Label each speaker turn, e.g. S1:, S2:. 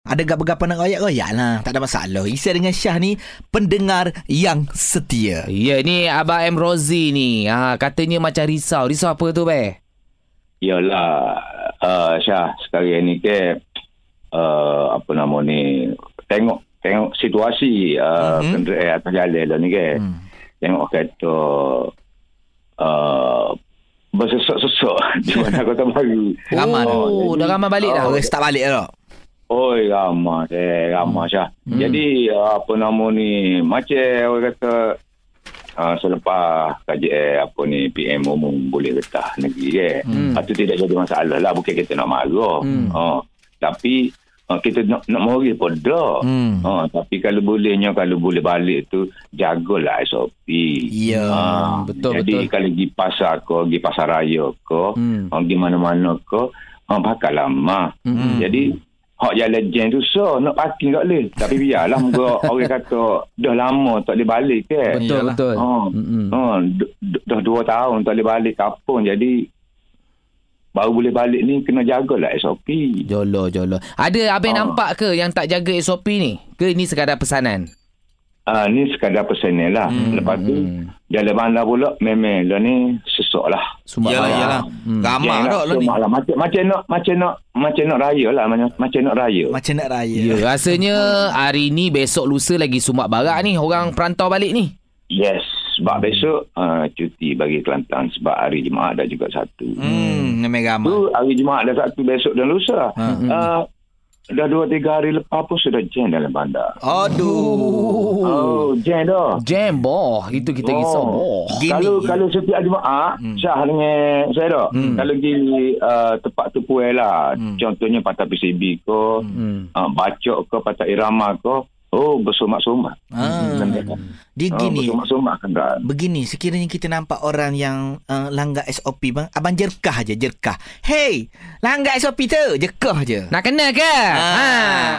S1: ada gap-gapan nak royak-royak lah. Tak ada masalah. Isa dengan Syah ni pendengar yang setia.
S2: Ya, ni Abang M. Rozi ni. Ha, katanya macam risau. Risau apa tu, Beh?
S3: Yalah, uh, Syah, sekarang ni ke, uh, apa nama ni, tengok tengok situasi
S1: Mhm.
S3: uh,
S1: Hmm.
S3: mm-hmm. kenderaan atas jalan lah ni ke. Mm. Tengok kata, uh, bersesok-sesok di mana kota baru.
S1: Ramai dah.
S2: Oh, dah ramai balik dah.
S1: Oh, orang start balik dah.
S3: Oi, ramah eh, ramah Syah.
S2: Hmm.
S3: Hmm. Jadi, uh, apa nama ni, macam orang kata, uh, selepas KJL apa ni, PM umum boleh getah negeri ke.
S2: Hmm.
S3: Hmm. Itu tidak jadi masalah lah, bukan kita nak marah.
S2: Hmm.
S3: Uh, tapi, uh, kita nak, nak mori pun dah.
S1: Hmm.
S3: Ha, tapi kalau bolehnya kalau boleh balik tu jagalah SOP.
S1: Ya.
S3: Ha,
S2: betul,
S3: jadi
S2: betul.
S3: kalau pergi pasar ke, pergi pasar raya ke,
S2: Hmm.
S3: hmm. pergi mana-mana ke, ha, pakai lama.
S2: Hmm.
S3: Hmm. Jadi hak jalan jam tu so nak parking tak boleh. Tapi biarlah moga orang kata dah lama tak boleh balik
S1: Eh,
S3: ke.
S2: Betul,
S1: Iyalah.
S2: betul.
S3: Ha.
S2: Mm-mm.
S1: Oh.
S3: Ha, d- d- dah dua tahun tak boleh balik kampung jadi baru boleh balik ni kena lah jagalah SOP.
S2: Jolo, jolo. Ada
S1: Oh.
S2: Abang
S3: Ah.
S2: nampak ke yang tak jaga SOP ni? Ke ni sekadar pesanan?
S3: Ha, ni sekadar personal lah.
S1: Hmm.
S3: Hmm. Lepas tu Jalan bandar pula memang lah ni sesok lah.
S2: Sumbat
S1: Yalah,
S2: barang.
S1: yalah.
S2: Hmm.
S1: Ramah
S3: Jangan
S1: dah
S3: nak
S1: lah ni.
S3: semak Lah. Macam, macam nak macam nak macam nak raya lah macam, macam nak raya.
S1: Macam nak raya.
S2: Ya, rasanya hari ni besok lusa lagi sumat barak ni orang perantau balik ni.
S3: Yes. Sebab besok uh, cuti bagi Kelantan sebab hari Jumaat dah juga satu.
S1: Hmm, memang
S3: Tu
S1: ramai.
S3: hari Jumaat dah satu besok dan lusa.
S1: Ha.
S3: Uh, dah dua tiga hari lepas pun sudah jam dalam bandar.
S1: Aduh.
S3: Oh, jam dah. Oh.
S2: Jam boh, itu
S1: Oh.
S2: kita risau boh.
S1: Gini.
S3: Kalau kalau setiap Jumaat,
S1: Hmm.
S3: hmm. Syah dengan saya dah.
S1: Hmm.
S3: Hmm. Kalau pergi uh, tempat tu puai lah.
S1: Hmm.
S3: Hmm. Contohnya Pantai PCB ke, hmm.
S2: Hmm.
S3: uh, Bacok ke, Pantai Irama ke. Oh, bersumak-sumak.
S1: Ah. Dia
S3: Ah,
S1: gini.
S3: Bersumak-sumak kan dah.
S1: Begini, sekiranya kita nampak orang yang uh, langgar SOP bang, abang jerkah je, jerkah. Hey, langgar SOP tu, jerkah je.
S2: Nak kena ke?
S1: Ah.
S2: Ha.